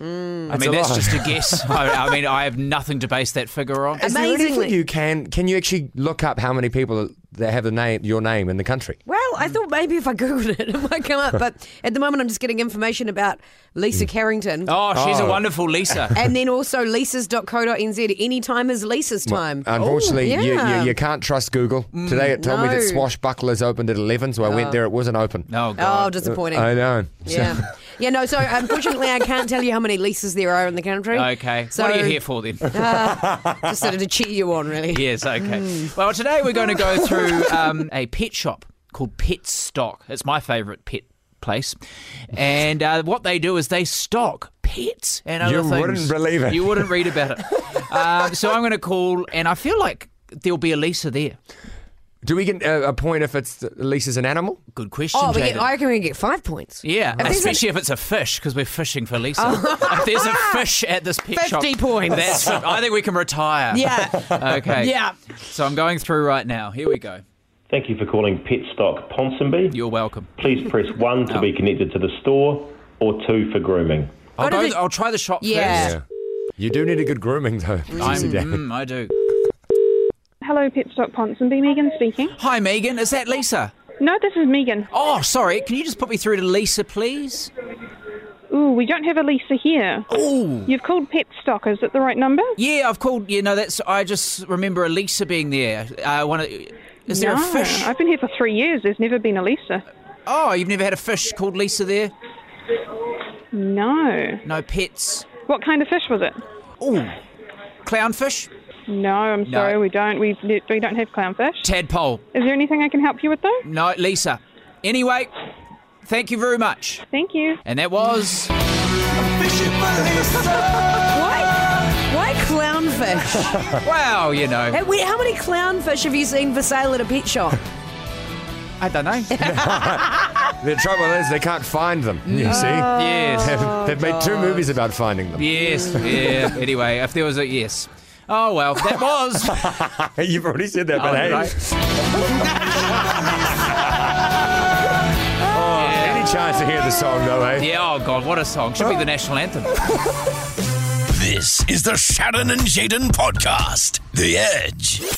S4: I
S2: Hmm. That's
S4: mean,
S2: a
S4: that's
S2: lot.
S4: just a
S2: <laughs>
S4: guess. I, I mean, I have nothing to base that figure on.
S2: Is there anything you can can you actually look up how many people that have the name your name in the country?
S3: Well, I thought maybe if I googled it, <laughs> it might come up. But at the moment, I'm just getting information about Lisa Carrington.
S4: Oh, she's
S2: Oh.
S4: a wonderful Lisa.
S3: <laughs> and then also lisas.co.nz. Any time is Lisa's time.
S2: Well, Unfortunately,
S3: Oh,
S2: you,
S3: yeah. Mm,
S2: you, you can't trust Google. Today it told me that
S3: No.
S2: Swashbucklers opened at 11, so I
S3: Oh.
S2: went there. It wasn't open.
S4: No,
S3: God. Oh, disappointing.
S2: I know.
S3: Yeah. Yeah, no, so unfortunately, I can't tell you how many Lisas there are in the country.
S4: Okay.
S3: So,
S4: what are you here for then?
S3: <laughs>
S4: <laughs>
S3: Uh, just sort of to cheer you on, really.
S4: yes, okay.
S3: Mm.
S4: Well, today we're going to go through um, a pet shop called Pet Stock. It's my favourite pet place. And uh, what they do is they stock pets and other
S2: You
S4: things.
S2: wouldn't believe it.
S4: You wouldn't read about
S2: <laughs>
S4: it. um, so I'm going to call, and I feel like there'll be a Lisa there.
S2: Do we get uh, a, a point if it's at least as an animal?
S4: Good question,
S3: Oh, we
S4: Jaden.
S3: get, I reckon we get five points.
S4: Yeah,
S3: If there's
S4: especially if it's a fish because we're fishing for Lisa.
S3: Oh.
S4: If there's a fish at this pet shop,
S3: 50 points.
S4: That's it. I think we can
S3: <laughs>
S4: retire.
S3: Yeah.
S4: Okay.
S3: Yeah.
S4: So I'm going through right now. Here we go.
S20: Thank you for calling Petstock Ponsonby.
S4: You're welcome.
S20: Please press 1 to be connected to the store or 2 for grooming.
S4: I'll, go, Oh, I'll try the shop
S20: Yeah.
S4: first.
S2: You do need a good grooming, though.
S4: I'm,
S2: Susie Dan.
S4: mm, I do.
S13: Hello, Petstock Ponsonby. Megan speaking.
S4: Hi, Megan. Is that Lisa?
S13: No, this is Megan.
S4: Oh, sorry. Can you just put me through to Lisa, please?
S13: Ooh, we don't have a Lisa here.
S4: Ooh.
S13: You've called Petstock. Is it the right number?
S4: Oh. Yeah, I've called. You know, that's. I just remember a Lisa being there. Uh, one of, is there
S13: no,
S4: a fish?
S13: I've been here for three years. There's never been a Lisa.
S4: Oh, you've never had a fish called Lisa there?
S13: No.
S4: No pets.
S13: What kind of fish was it?
S4: Ooh. Clownfish?
S13: No, I'm
S4: No.
S13: sorry, we don't. We we don't have clownfish.
S4: Tadpole.
S13: Is there anything I can help you with though?
S4: No, Lisa. Anyway, thank you very much.
S13: Thank you.
S4: And that was.
S3: Why? Why clownfish?
S4: Well, you know.
S3: Hey, wait, how many clownfish have you seen for sale at a pet shop?
S4: I don't know.
S2: the trouble is they can't find them.
S4: Mm.
S2: You see?
S4: Yes.
S2: They've, they've made two movies about finding them.
S4: Yes, yeah. Anyway, if there was a yes. Oh, well, that was.
S2: You've already said that,
S4: Oh,
S2: but hey.
S4: did I?
S2: Any chance to hear the song, though, eh?
S4: Yeah, oh, God, what a song. Should be the national anthem.
S1: This is the Sharon and Jaden podcast. The Edge.